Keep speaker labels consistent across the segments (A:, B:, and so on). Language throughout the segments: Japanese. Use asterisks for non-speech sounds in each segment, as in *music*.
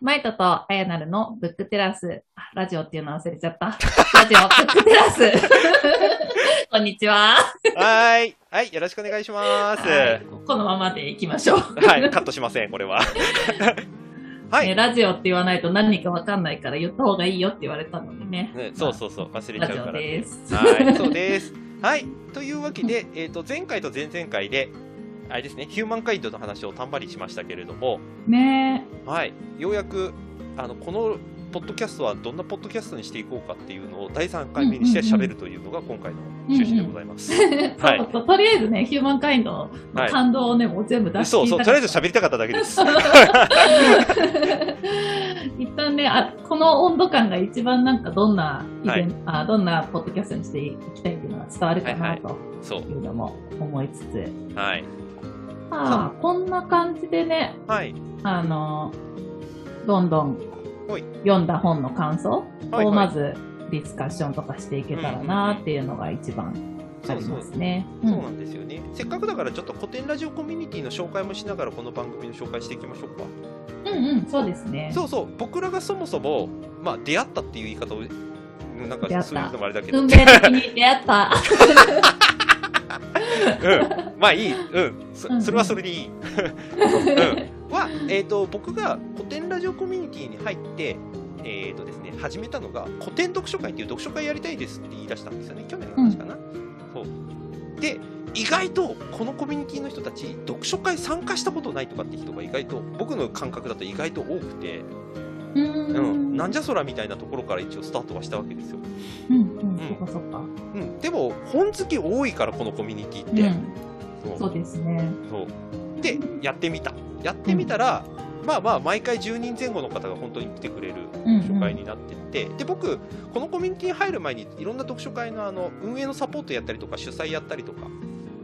A: マイトとあやなるのブックテラス、あラジオっていうの忘れちゃった。ラジオ、ブックテラス。 *laughs* こんにちは。
B: はーい。はい、よろしくお願いします。
A: はい
B: は
A: このままでいきましょう。 *laughs*
B: い、カットしません、これは。はい
A: ねラジオって言わないと何かわかんないから言った方がいいよって言われたのでね。
B: ね、そうそうそう、忘れち
A: ラ
B: ゃう
A: ジ
B: か
A: オ
B: ら、
A: で
B: ね。
A: す。
B: はい、そうです。はい、というわけで、えっ、と、前回と前々回で、あれですね、ヒューマンカインドの話をたんまりしましたけれども、
A: ね
B: はい、ようやく、あの、この、ポッドキャストはどんなポッドキャストにしていこうかっていうのを第3回目にして喋るというのが今回の趣旨でございます。
A: え。*laughs*
B: は
A: そう
B: い。
A: そうとりあえずね、ヒューマンカインド
B: は
A: の
B: い
A: 感動をね、もう全部出して
B: そうそう、とりあえず
A: 喋
B: 喋りたかっただ
A: *laughs*
B: けです。
A: 一旦ねあ、この温度感が一番なんかどんなイベント、あどんなポッドキャストにしていきたいっていうのが伝わるか
B: は
A: ないと
B: そ
A: いうのも思いつつ、
B: う。はい。
A: ああこんな感じでね、
B: はい。
A: あのどんどん
B: はい
A: 読んだ本の感想
B: はい
A: を
B: はい
A: まずディスカッションとかしていけたらなっていうのが一番あ
B: そう
A: り
B: そ
A: ま
B: う
A: す。ね。う
B: そうんなんですよね、せっかくだからちょっと古典ラジオコミュニティの紹介もしながらこの番組の紹介していきましょうか、
A: うんうん、そうですね。
B: そうそう僕らがそもそも、まあ、出会ったっていう言い方をうんなん
A: 出会
B: か
A: った
B: そういうのもあれだけど、う
A: 運
B: ん、
A: 命的に出会った。
B: まあいい、うん、
A: うんう
B: そ
A: ん
B: それはそれでい
A: *laughs*
B: い、うん、は、えー、と僕が古典ラジオコミュニティに入ってえーとですね、始めたのが古典読書会っていう読書会やりたいですって言い出したんですよね去年の話かな、そうで意外とこのコミュニティの人たち読書会参加したことないとかって人が意外と僕の感覚だと意外と多くて、
A: う
B: *laughs* うん、なん
A: じ
B: じゃそらみたいなところから一応スタートはしたわけですよ、
A: うんうん、そっかそっか。
B: うん、でも本好き多いからこのコミュニティっ
A: う
B: て、
A: ん、
B: そう
A: そうですね。
B: そうでやってみたやってみたら、まあまあ毎回10人前後の方が本当に来てくれる
A: うん
B: 読書会になってって、で僕このコミュニティに入る前にいろんな読書会のあの運営のサポートやったりとか主催やったりとか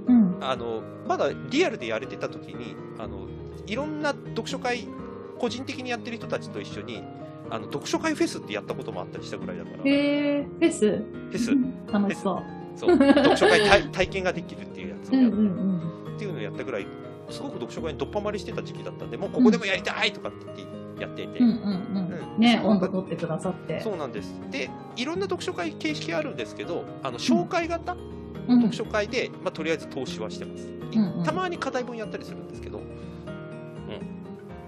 A: うん
B: あのまだリアルでやれてた時にあのいろんな読書会個人的にやってる人たちと一緒にあの読書会フェスってやったこともあったりしたぐらいだからフ
A: へえフェス
B: ェス
A: うん楽しそう。
B: そう読書会
A: *laughs*
B: 体体験ができるっていうやつを
A: う
B: や
A: ん
B: る
A: うん
B: っていうのをやったぐらいすごく読書会にどっぱまりしてた時期だったんでもうここでもやりたいとかって言ってやっていて、
A: うん。うんうん
B: う
A: うんん。ね、温度取ってくださって。
B: そうなんですでいろんな読書会形式あるんですけどあの紹介型
A: うん
B: 読書会で、まあ、とりあえず投資はしてます、
A: んうん
B: たまに課題本やったりするんですけど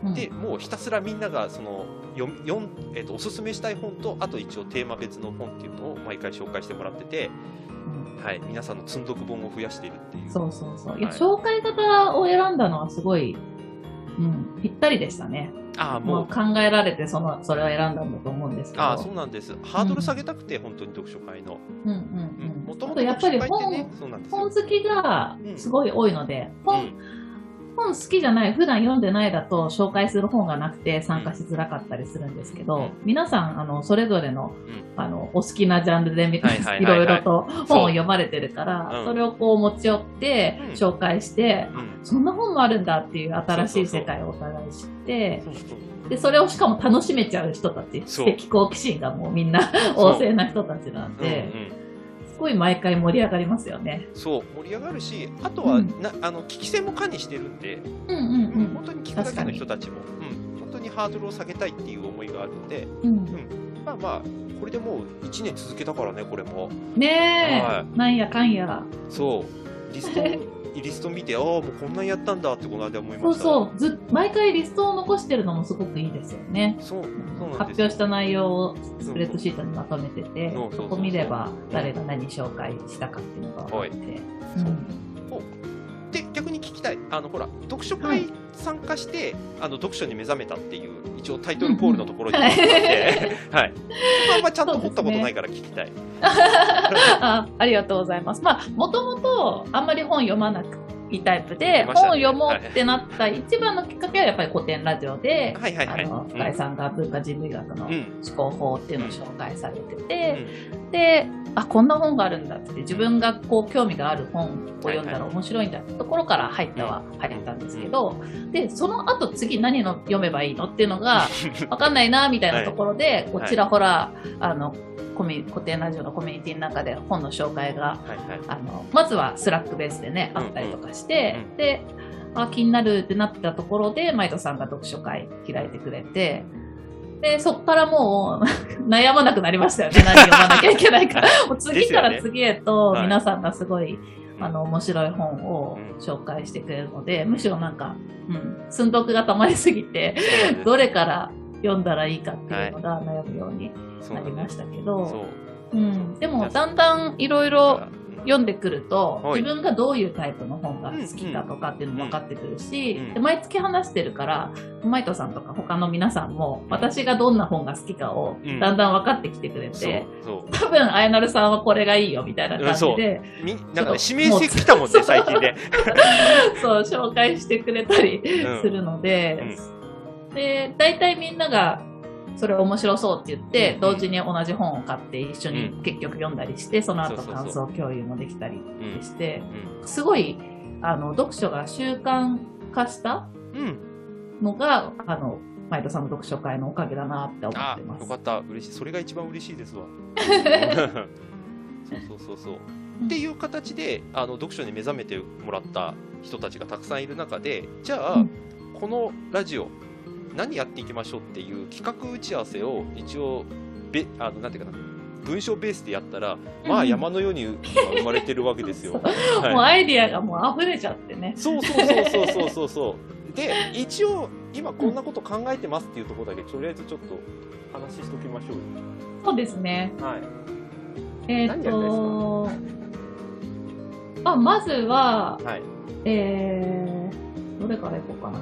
A: うん
B: でもうひたすらみんながその読み読んえっとおすすめしたい本とあと一応テーマ別の本っていうのを毎回紹介してもらってて、
A: ん
B: はい、皆さんの積んどく本を増やしているっていう
A: そうそうそう。いや、
B: はい
A: 紹介方を選んだのはすごい、うん、ぴったりでしたね。
B: ああも
A: もう
B: う
A: 考えられて、その、それを選んだんだと思うんですけど。
B: ああそうなんですハードル下げたくて、本当に読書会の
A: うんうんうん。
B: も
A: あ
B: とも
A: と
B: と
A: やっぱり
B: 読書会っ
A: 本
B: てね、そうなんですよ
A: 本好きがすごい多いので、
B: う
A: 本、
B: ん
A: 本好きじゃない、普段読んでないだと紹介する本がなくて参加しづらかったりするんですけど、
B: うん
A: 皆さん、あの、それぞれの、
B: ん
A: あの、お好きなジャンルでみたい
B: は
A: な、*laughs*
B: い
A: い
B: はい
A: ろ
B: はい
A: い
B: はい
A: ろと本を読まれてるから、
B: そううん
A: それをこう持ち寄って
B: うん
A: 紹介して、
B: うん
A: そんな本もあるんだっていう新しい世界をお互い知って、
B: そうそう
A: で、それをしかも楽しめちゃう人たち、知
B: そう
A: 的好奇心がもうみんな旺盛な人たちなん
B: うんう
A: で、
B: ん
A: すごい毎回盛り上がりますよね。
B: そう盛り上がるしあとは、
A: うん
B: なあの聞き戦も加にしてるんで、
A: うんうん
B: うん本当に聞くだけの人たちも、うん、本当にハードルを下げたいっていう思いがあるので
A: うん。うん
B: まあまあこれでもう1年続けたからねこれも
A: ねえ、
B: は
A: なんやかんや。
B: そうリ
A: *laughs*
B: ストリスト見てああもうこんなんやったんだってこの間思い
A: そ
B: ま
A: う
B: した
A: そう、ず毎回リストを残してるのもすごくいいですよね。
B: そうそうなん
A: 発
B: ですよ
A: 表した内容をスプレッドシートにまとめてて、
B: そうそうそう
A: そこ見れば誰が何紹介したかっていうのが分かって、
B: そう
A: うん
B: で逆に聞きたいあのほら読書会参加して、あの読書に目覚めたっていう一応タイトルコールのところ
A: *laughs*
B: に
A: うん
B: 書いてあってはいそこはあんまちゃんと掘ったことないから聞きたい、
A: あありがとうございます。まあ、もともとあんまり本読まなくいいタイプで、
B: 出
A: 本
B: ました
A: を
B: ね
A: 読もうってなった一番のきっかけはやっぱり古典ラジオで、
B: はいはいはい
A: あの
B: うん
A: 深井さんが文化人類学の
B: うんう
A: 思
B: ん
A: 考法っていうのを紹介されてて、
B: うん
A: であこんな本があるんだって自分がこう興味がある本を読んだ
B: は
A: ら
B: いは
A: 面白いんだってところから入ったは入ったんですけど、でその後次何の読めばいいのっていうの *laughs* がわかんないなみたいなところで、こうちらほらあのコミ古典ラジオのコミュニティの中で本の紹介が
B: はいはい
A: あのまずはスラックベースでねあったりとかして、
B: うんうんうん
A: であ気になるってなったところでマイトさんが読書会開いてくれてで、そこからもう *laughs* 悩まなくなりましたよ
B: *laughs*
A: ね。何読まなきゃいけないから。もう次から次へと
B: はい
A: 皆さんがすごい、
B: うん
A: あの、面白い本を
B: うん
A: 紹介してくれるので、むしろなんか、うん、寸読が溜まりすぎて、
B: そうなんです
A: どれから読んだらいいかっていうのが悩むように
B: そう
A: な
B: なん
A: り
B: です
A: ましたけ
B: そ
A: ど、
B: う
A: うん、でも
B: 皆
A: だ
B: さ
A: んだんいろいろ
B: うん
A: 読んでくると、
B: はい
A: 自分がどういうタイプの本が好きだとかっていうのも分かってくるし、
B: うんうん
A: で毎月話してるからマイトさんとか他の皆さんも私がどんな本が好きかを
B: うん
A: だんだん分かってきてくれ
B: そう
A: て、
B: そう
A: 多分あやなるさんはこれがいいよみたいな感じで、
B: みなんかね
A: ち
B: 指
A: ょっと
B: 名してきたもんね最近ね
A: そう紹介してくれたり
B: うん
A: するので、で大体みんながそれ面白そうって言って、
B: うん
A: 同時に同じ本を買って一緒に結局読んだりして、その後
B: そうそうそう
A: 感想共有もできたり
B: うん
A: して。すごいあの読書が習慣化した
B: うんうん
A: のがあの前田さんの読書会のおかげだなって思っ
B: あ
A: てま
B: よ
A: す。
B: かった嬉しいそれが一番嬉し
A: *laughs*
B: いですわそうそうそうそうっていう形であの読書に目覚めてもらった人たちがたくさんいる中でじゃあ、
A: うん
B: このラジオ何やっていきましょうっていう企画打ち合わせを一応べあのなんていうかな文章ベースでやったら、まあ
A: うん
B: 山のように今生まれてるわけです
A: *laughs* そ
B: よ。
A: う
B: はい
A: もうアイディアがもう溢れちゃってね。
B: そうそうそうそうそうそうそう。で、一応、今こんなこと考えてますっていうところだけ、とりあえずちょっと話ししておきましょうよ。
A: そうですね。
B: はい。
A: えっ、
B: 何やりたいです
A: と、まあまずは
B: はい。
A: えー、どれからいこうかな。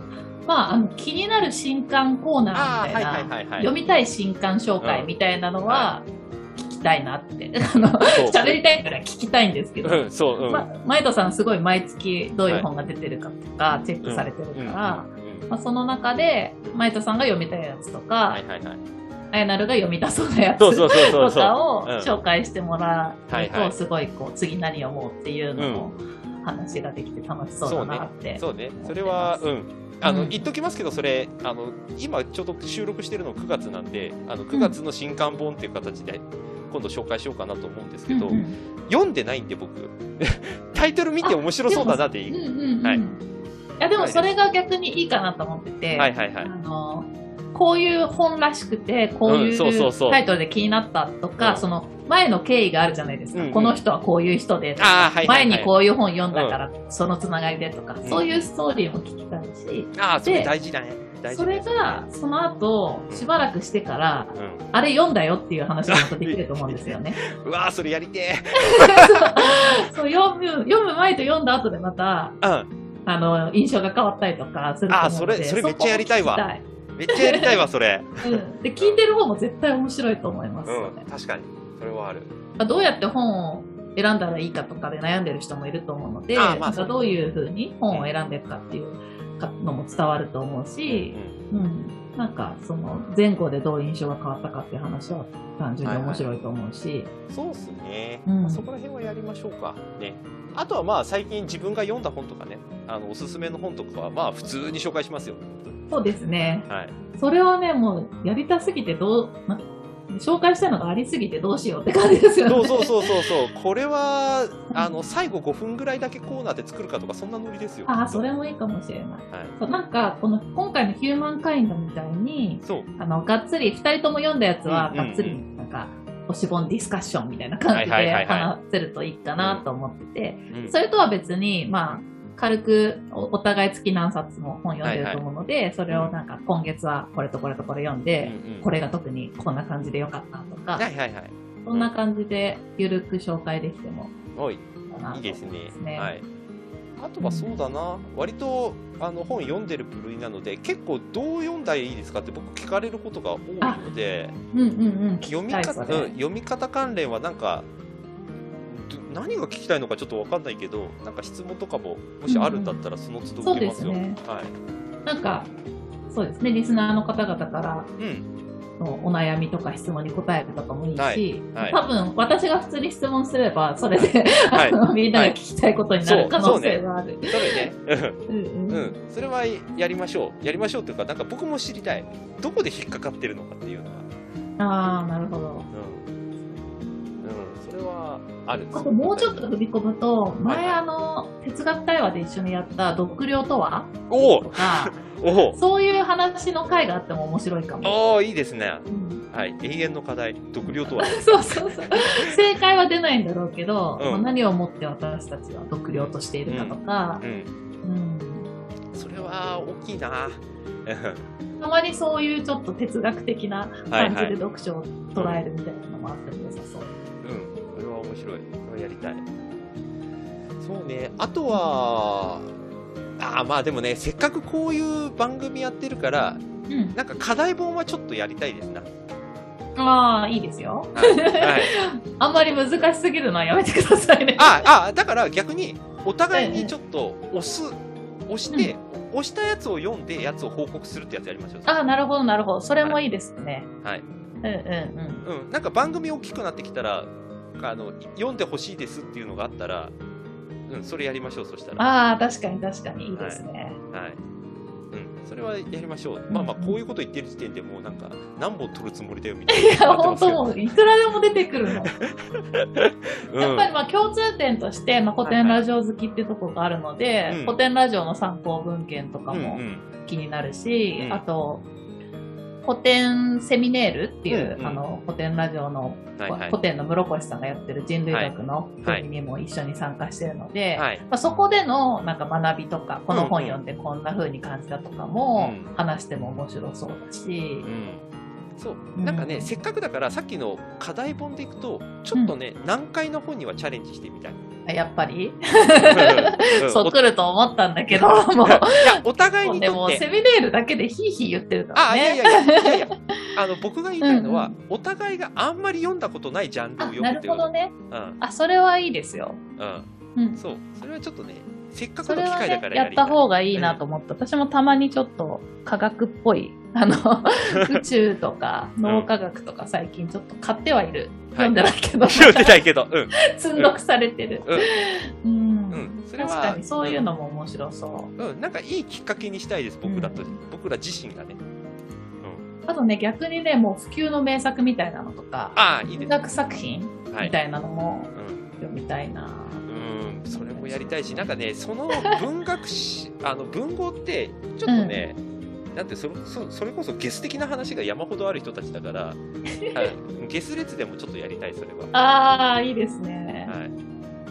A: まああの気になる新刊コーナー
B: あ
A: み
B: あ、は
A: たい
B: い
A: な、
B: はいはいはい。
A: 読みたい新刊紹介みたいなのは聞きたいなって、 *laughs* あの
B: そう
A: 喋りたいから聞きたいんです
B: *laughs*
A: けど。
B: うん、そう、うん。
A: ま、前田さんすごい毎月どういう本が出てるかとかチェックされてるから、
B: うんうんうん
A: まあ、その中で前田さんが読みたいやつとか
B: はいはいはい。
A: あやなるが読みたそうなやつ
B: そうそうそうそう
A: と
B: そう。
A: かを
B: うん
A: 紹介してもらうと、
B: はいはい
A: すごいこう次何読もうっていうのも話ができて楽しそうだなって。
B: そうね、それは、
A: 思
B: うん。あ
A: う
B: の、
A: ん
B: 言っときますけど、それ、あの、今ちょうど収録してるの9月なんで、あの、9月の新刊本っていう形で、今度紹介しようかなと思うんですけど、
A: うんうん
B: 読んでないんで僕、 *laughs* タイトル見て面白そうだなってい
A: うん
B: う。
A: うんうん
B: はい
A: いやでもそれが逆にいいかなと思ってて、
B: はいはいはい
A: あ。のこういう本らしくてこう
B: う
A: い
B: んそうそうそう
A: うタイトルで気になったとか、
B: うん
A: その前の経緯があるじゃないですか、
B: うんうん
A: この人はこういう人でと
B: あ
A: か、
B: ーはいはいはい
A: 前にこういう本読んだから、そのつながりでとか、そういうストーリーも聞きたいし、
B: ああ、それ
A: で
B: 大事だね。大事
A: そ
B: だ
A: れ
B: ね
A: が、その後しばらくしてから、
B: うん
A: あれ読んだよっていう話がまたできると思うんですよ
B: *laughs*
A: ね。
B: うわー、それやりて
A: そう読む読む前と読んだ後でまた
B: え。うん。
A: あの印象が変わったりとかすると思うので
B: あーそれそれめっちゃやりたいわ
A: そこを聞き
B: めっちゃやりたいわ、それ。
A: たいうん、で聞いてる方も絶対面白いと思いますよね。
B: 確かに。それはある。
A: まあ、どうやって本を選んだらいいかとかで悩んでる人もいると思うので、
B: ああま
A: な
B: あ
A: んかどういうふうに本を選んでいくかっていうのも伝わると思うし、うんなんかその前後でどう印象が変わったかっていう話は単純に面白いと思うし、
B: そうっすね。
A: うん
B: まあそこら辺はやりましょうか。ね。あとはまあ、最近自分が読んだ本とかね、あの、おすすめの本とかは、まあ、普通に紹介しますよ。
A: そうですね
B: はい。
A: それはねもうやりたすぎてどうな紹介したいのがありすぎてどうしようって感じですよね。
B: そうそうそうそうそう。 *laughs* これは、あの、最後5分ぐらいだけコーナーで作るかとか、そんなノリですよ。
A: *laughs* ああそれもいいかもしれない。
B: はい。
A: そうなんかこの今回のヒューマンカインドみたいに
B: そう。
A: あの、がっつり、二人とも読んだやつは、
B: うんうんうん
A: がっつり、なんか、おしぼんディスカッションみたいな感じ
B: はい
A: で
B: はいはいはい
A: 話せるといいかなと思ってて、
B: うん
A: それとは別に、まあ、軽くおお互い月何冊も本読んでると思うので、それをなんか今月はこれとこれとこれ読ん
B: う
A: で、
B: んうん
A: これが特にこんな感じで良かったとか、
B: はいはいはい。
A: そんな感じでゆるく紹介できても
B: おい。
A: いいかなと
B: いいですね。は
A: はい。
B: い。あとはそうだな、割とあの本読んでる部類なので、結構どう読んだらいいですかって僕聞かれることが多いので、
A: うんうんうん。
B: 読み
A: 聞きた
B: 方、
A: いそれ
B: うん読み方関連はなんか。ど何が聞きたいのかちょっとわかんないけど、なんか質問とかももしあるんだったらその都度受けますよ。
A: そうです
B: はい。
A: なんか、そうですね、リスナーの方々から
B: うん。
A: のお悩みとか質問に答えるとかもいいし、
B: はいはい
A: 多分私が普通に質問すればそれで、
B: は
A: あ
B: い
A: のみんなが聞きたいことになる可能性はある。
B: *laughs* それね。
A: うん
B: う
A: うん
B: ん。それはやりましょう。やりましょうというか、なんか僕も知りたい。どこで引っかかってるのかっていうのが。
A: ああなるほど。
B: うん。うん。それはある。
A: あともうちょっと踏み込むと前、
B: はいはい
A: あの哲学対話で一緒にやった「読量とは?」
B: おお
A: とか
B: おお
A: そういう話の回があっても面白いかも。
B: おーいいですね。
A: うん
B: はい。永遠の課題。独量とは。
A: そうそうそう。正解は出ないんだろうけど、
B: うん
A: まあ何をもって私たちは独量としているかとか
B: う、ん。
A: うん
B: それは大きいな。 *laughs*
A: たまにそういうちょっと哲学的な
B: はい
A: 感じ
B: は
A: で
B: い。
A: 読書を捉えるみたいなのもあっても良さそう。
B: うん。それは面白い。これやりたい。そうね。あとは、ああ、まあでもね、せっかくこういう番組やってるから、
A: うん、
B: なんか課題本はちょっとやりたいですな。はい。
A: ああ、いいですよ。
B: はい
A: あんまり難しすぎるのはやめてくださいね。
B: *laughs* ああだから逆にお互いにちょっと押す押して、押したやつを読んでやつを報告するってやつやりましょう
A: ああ、なるほど、なるほど。それもいいですね。
B: はい
A: うんうんうん。
B: うんなんか番組大きくなってきたらあの読んでほしいですっていうのがあったらうんそれやりましょうそしたら
A: ああ、確かに確かにいいですね。
B: はいうんそれはやりましょう、まあまあこういうこと言ってる時点でもうなんか何本取るつもりだよみたいな
A: いや、 *laughs* 本当もう、いくらでも出てくるの。
B: うん
A: やっぱりまあ共通点として、まあ、古典ラジオ好きってとこがあるので、
B: いはいうん
A: 古典ラジオの参考文献とか
B: うん
A: も
B: うん
A: 気になるし、
B: うん
A: あと古典セミネールっていう、
B: うんうん
A: あの古典ラジオの、
B: はいはい
A: 古典の室越さんがやってる人類学の
B: はい
A: 組にも一緒に参加してるので、
B: はい
A: まあ、そこでのなんか学びとかこの本
B: うんうん
A: 読んでこんな風に感じたとかも
B: うん
A: 話しても面白そうだし
B: う、んそう
A: うん
B: なんかね、せっかくだからさっきの課題本でいくとちょっとね、難解な本にはチャレンジしてみたい、
A: *laughs* やっぱり、
B: うん
A: そう来ると思ったんだけども
B: お
A: う
B: いやお互い
A: もう
B: に
A: で
B: とっ
A: もセ
B: て
A: ミネールだけでヒーヒー言ってるから
B: あい
A: ね。
B: やいやいやいやいやあの僕が言いたいのは、
A: うん
B: お互いがあんまり読んだことないジャンル
A: あ
B: を読
A: な
B: むって
A: るほ
B: いうの
A: どね。
B: うん
A: あそれはいいですよ。う
B: うん
A: ん。
B: そうそれはちょっとねせっか
A: そ
B: くの
A: れ
B: 機
A: は
B: 会だか
A: ね、
B: ら
A: や
B: や
A: っ
B: りたい
A: た方がいいなと思った。私もたまにちょっと科学っぽ
B: *laughs*
A: い、あの、宇宙とか脳科学とか最近ちょっと買ってはいる。
B: はい
A: 読んでない
B: *laughs*
A: けど、
B: 読んでないけどうん
A: 積んどくされてる。うん。
B: うんそれは
A: 確かにそういうのも面白そう。
B: うん、うんなんかいいきっかけにしたいです僕らと、
A: う
B: 僕ら自身がね
A: あとね、逆にね、もう不及の名作みたいなのとか、
B: ああいい
A: 文
B: ですね
A: 学作品
B: は
A: み
B: い
A: たいなのも
B: うん
A: 読みたいな。
B: うんそれもやりたいし、なんかね、その文学史、 *laughs* あの文豪って、ちょっとね、なんてそれそ、それこそゲス的な話が山ほどある人たち
A: *laughs*
B: だから、はい、ゲス列でもちょっとやりたい、それは。
A: ああ、いいですね。
B: はい、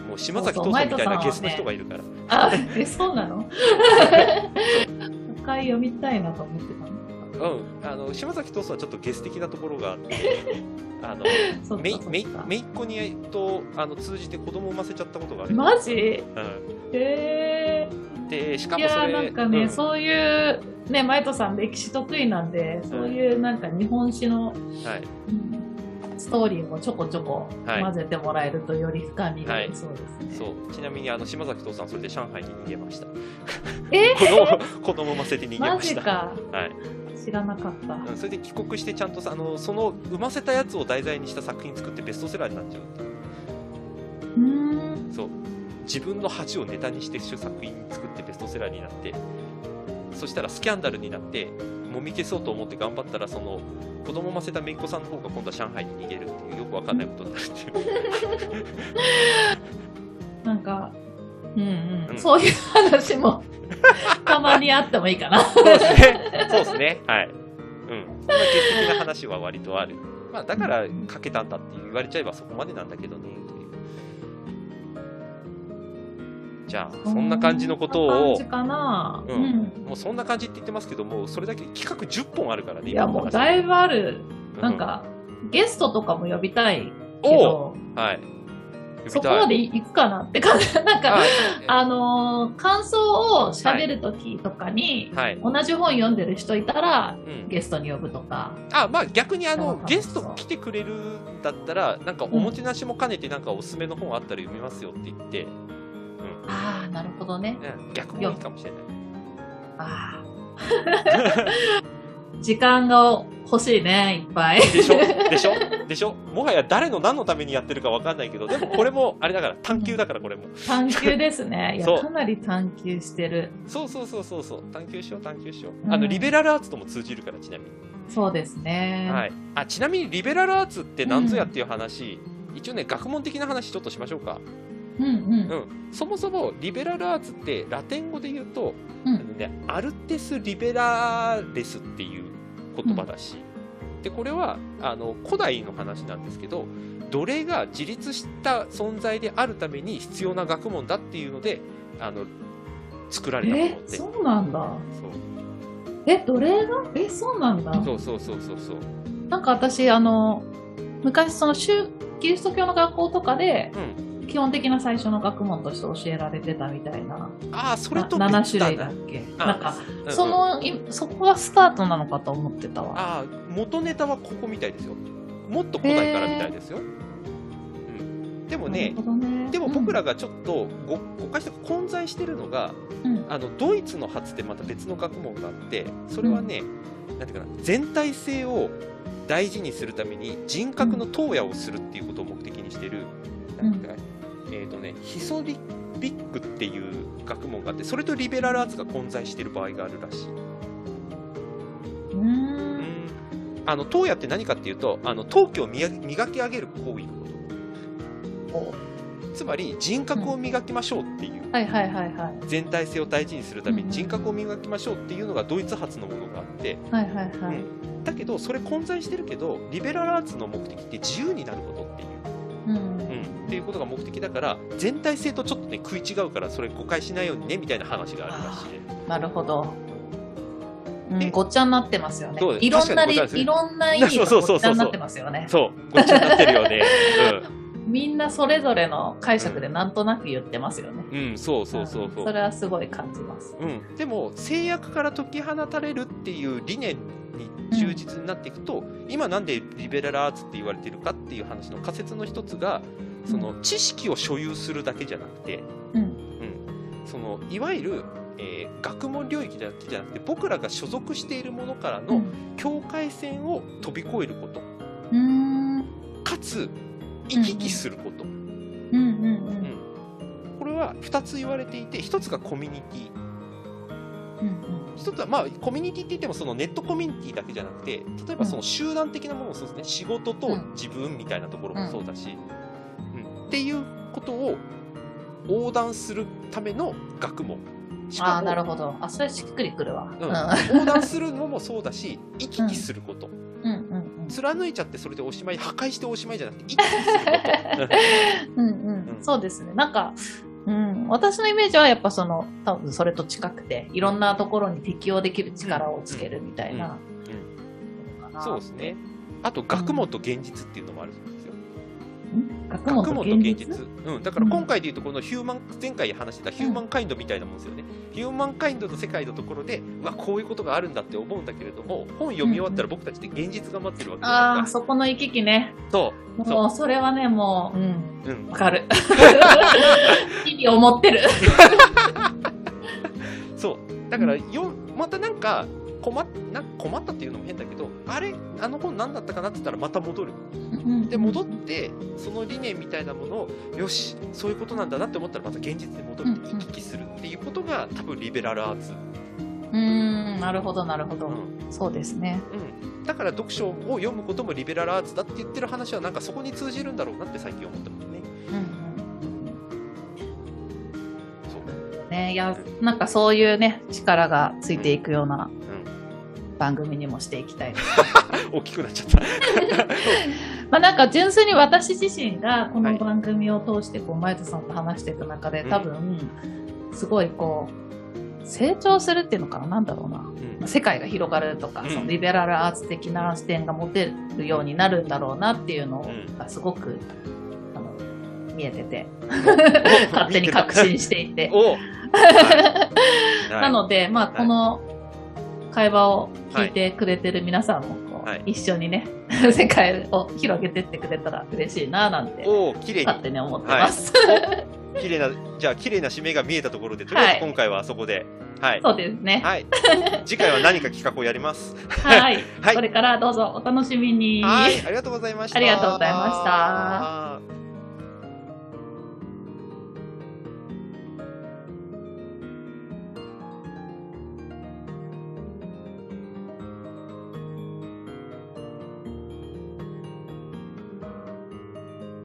B: もう島崎藤さんみたいなゲスの人がいるから。
A: あ、え、そうなの
B: *laughs*
A: もう一回読みたいなと思ってたの。
B: うん、あの島崎藤さんはちょっとゲス的なところがあって、
A: *laughs*
B: あの
A: そっか
B: めい
A: そっか
B: めいめいっ子にとあの通じて子供を産ませちゃったことがある。
A: マジえ
B: うん、で、しか
A: ー、い
B: もそ
A: や
B: れ
A: ーなんかね、
B: うん
A: そういう、ね、マイトさん歴史得意なんで、そういうなんか日本史の、
B: はい
A: うんストーリーもちょこちょこ
B: はい
A: 混ぜてもらえるとより深みがありそうですね。
B: そうちなみにあの島崎藤さんそれで上海に逃げました
A: え
B: 子供 *laughs* 子供ませて逃げ
A: マ
B: ま
A: ジ
B: した
A: か、
B: はい
A: 知らなかった。
B: うん、それで帰国してちゃんとさあのその産ませたやつを題材にした作品作ってベストセラーになっちゃうっていう
A: うーん、
B: そう自分の恥をネタにして主作品作ってベストセラーになってそしたらスキャンダルになってもみ消そうと思って頑張ったらその子供ませためいっ子さんの方が今度は上海に逃げるっていうよくわかんないことになるっていう
A: なんか、うん
B: う
A: うんん、そういう話も *laughs* たまにあってもいいかな。
B: そうですね。そうですね。はい。うん。そんな劇的な話は割とある。まあ、だから、かけたんだって言われちゃえばそこまでなんだけどね、という。じゃあ、そんな感じのことを
A: そん、な感じかな。
B: う
A: うんん。
B: もうそんな感じって言ってますけども、それだけ企画10本あるからね、
A: いや、
B: 今の
A: もう
B: 話
A: だいぶある。
B: う
A: なんか、ゲストとかも呼びたいけ
B: おう
A: ど、
B: はい。
A: そこまで
B: いい
A: いくかなって感じ。なんか、
B: あ
A: あのー感想を喋るときとかに、
B: はい。
A: 同じ本読んでる人いたら、
B: うん
A: ゲストに呼ぶとか。
B: あまあ逆に
A: そ
B: あ
A: う
B: の
A: そう
B: ゲスト来てくれるんだったらなんかおもてなしも兼ねてなんかおすすめの本あったら読みますよって言って、
A: ああ、なるほどね。
B: うん、逆もいいかもしれない。
A: あ
B: *laughs*
A: あ。時間が欲しいね、いっぱい。
B: でしょ
A: *laughs*
B: でしょでしょもはや誰の何のためにやってるかわかんないけど、でもこれも、あれだから、探求だからこれも。
A: 探求ですね。い
B: そう
A: や、かなり探求してる。
B: そうそうそうそうそう、探求しよう探求しよう。
A: うん
B: あの、リベラルアーツとも通じるから、ちなみに。
A: そうですね。
B: はい。あ、ちなみにリベラルアーツって何ぞやっていう話、一応ね、学問的な話ちょっとしましょうか。
A: うんうん
B: うん、そもそもリベラルアーツってラテン語で言うと、
A: うん
B: あのね、アルテス・リベラーレスっていう言葉だし、でこれはあの古代の話なんですけど奴隷が自立した存在であるために必要な学問だっていうのであの作られたもの
A: え
B: で。
A: そうなんだ
B: そう
A: え奴隷がえそうなんだ
B: そうそうそうそうそう。
A: なんか私あの昔その宗キリスト教の学校とかで
B: うん。
A: 基本的な最初の学問として教えられてたみたいな
B: ああ、それ
A: な
B: と
A: 7
B: 別
A: 種
B: だ
A: 類だ
B: な
A: っ。け
B: あ
A: なんか、
B: うんうん
A: そのいそこがスタートなのかと思ってたわ
B: ああ元ネタはここみたいですよもっと古代からみたいですよ、うん、でもね
A: なるほどね
B: でも僕らがちょっとご誤解して混在してるのが
A: うんうん
B: あのドイツの発でまた別の学問があってそれはね、なんていうかな全体性を大事にするために人格の投与をするっていうことを目的にしてる、なんていうかなえっ、とねヒソリビックっていう学問があってそれとリベラルアーツが混在してる場合があるらしい。
A: うーん
B: あの東野って何かっていうとあの陶器を磨き磨き上げる行為のことつまり人格を磨きましょうっていう、
A: はいはいはいはい
B: 全体性を大事にするため
A: うんう
B: に
A: ん
B: 人格を磨きましょうっていうのがドイツ発のものがあって、
A: はいはいはい、
B: うんだけどそれ混在してるけどリベラルアーツの目的って自由になることっていう。
A: うん
B: うんっていうことが目的だから全体性とちょっとね食い違うからそれ誤解しないようにねみたいな話があるらしいね
A: なるほど。う
B: え
A: ん、ごっちゃになってますよね
B: そう。
A: いろんなり、
B: 確かにごっちゃですね
A: いろんな意味が
B: そう
A: ご
B: そう
A: っちゃ
B: そうそう
A: になってますよね。
B: そうごっちゃになってるよね、
A: みんなそれぞれの解釈でなんとなく言ってますよね。
B: うん、うん、そうそうそう
A: *laughs*
B: そうん
A: それはすごい感じます。
B: うん、でも制約から解き放たれるっていう理念に忠実になっていくと、今なんでリベラルアーツって言われてるかっていう話の仮説の一つがその知識を所有するだけじゃなくて
A: うん、
B: そのいわゆる、えー学問領域だけじゃなくて僕らが所属しているものから
A: う
B: の
A: ん、
B: 境界線を飛び越えること
A: うん、
B: かつ行き来すること、
A: うん、うん、
B: これは2つ言われていて1つがコミュニティ
A: うん、
B: 一つは、まあ、コミュニティって言ってもそのネットコミュニティだけじゃなくて例えばその集団的なものもそうですね、仕事と自分みたいなところもそうだし、うんっていうことを横断するための学問し
A: ああ、
B: かも
A: なるほど。あ、それしっくりくるわ。
B: うん
A: う
B: 横断するのもそうだし行き来すること、
A: ん、うん、うん、
B: 貫いちゃってそれでおしまい破壊しておしまいじゃなくて行き来す
A: *laughs*
B: ること
A: うん、うん、
B: うん
A: そうですね。なんか。うん、私のイメージはやっぱその多分それと近くていろんなところに適応できる力をつけるみたいな、のかな
B: そうですねあと学問と現実っていうのもあるんですよ
A: ん学問
B: 学
A: と
B: 問と
A: 現
B: 現
A: 実
B: 実、うん、だから今回でいうとこのヒューマン前回話してたヒューマンカインドみたいなもんですよね、ヒューマンカインドの世界のところでうわこういうことがあるんだって思うんだけれども本読み終わったら僕たちって現実が待ってるわけじゃな
A: あ
B: い
A: あ
B: です
A: そこの行き来ね
B: かそ
A: もうそれはねもううん
B: う、うん
A: わ、か *laughs* る日々思ってる
B: そうだからよまたなんか困っな困ったっていうのも変だけどあれあの本何だったかなって言ったらまた戻るで戻ってその理念みたいなものをよしそういうことなんだなって思ったらまた現実に戻るって行き来するっていうことが多分リベラルアーツ、
A: うーんなるほどなるほど、
B: うん
A: そうですね
B: うん、だから読書を読むこともリベラルアーツだって言ってる話はなんかそこに通じるんだろうなって最近思ってますね。
A: うん
B: そう
A: うんねいやなんかそういうね力がついていくような番組にもしていきたいです
B: *laughs* うん、大きくなっちゃった。
A: まあなんか純粋に私自身がこの
B: はい
A: 番組を通してこう前田さんと話していく中で多分すごいこう成長するっていうのかななんだ *laughs* ろうな
B: *laughs* うん
A: 世界が広がるとか、
B: うん
A: そのリベラルアーツ的な視点が持てるようになるんだろうなっていうの
B: うん
A: がすごく、あの見えて
B: *laughs*
A: て
B: お
A: 勝手に確信していて。 *laughs*
B: お、はいはい
A: なので、まあ、
B: い
A: この会話を聞いてくれてる皆さんもこう、
B: はい
A: 一緒にね *laughs* 世界を広げてってくれたら嬉しいななんて
B: お綺麗
A: 勝
B: に
A: 手に思ってます。
B: お綺麗なじゃあ綺麗な締めが見えたところでとりあえず
A: はい
B: 今回はあそこではい
A: *laughs* そうですね。
B: はい、次回は何か企画をやります。
A: はい、
B: はい
A: これからどうぞお楽しみに。
B: はいありがとうございました。
A: ありがとうございました
B: は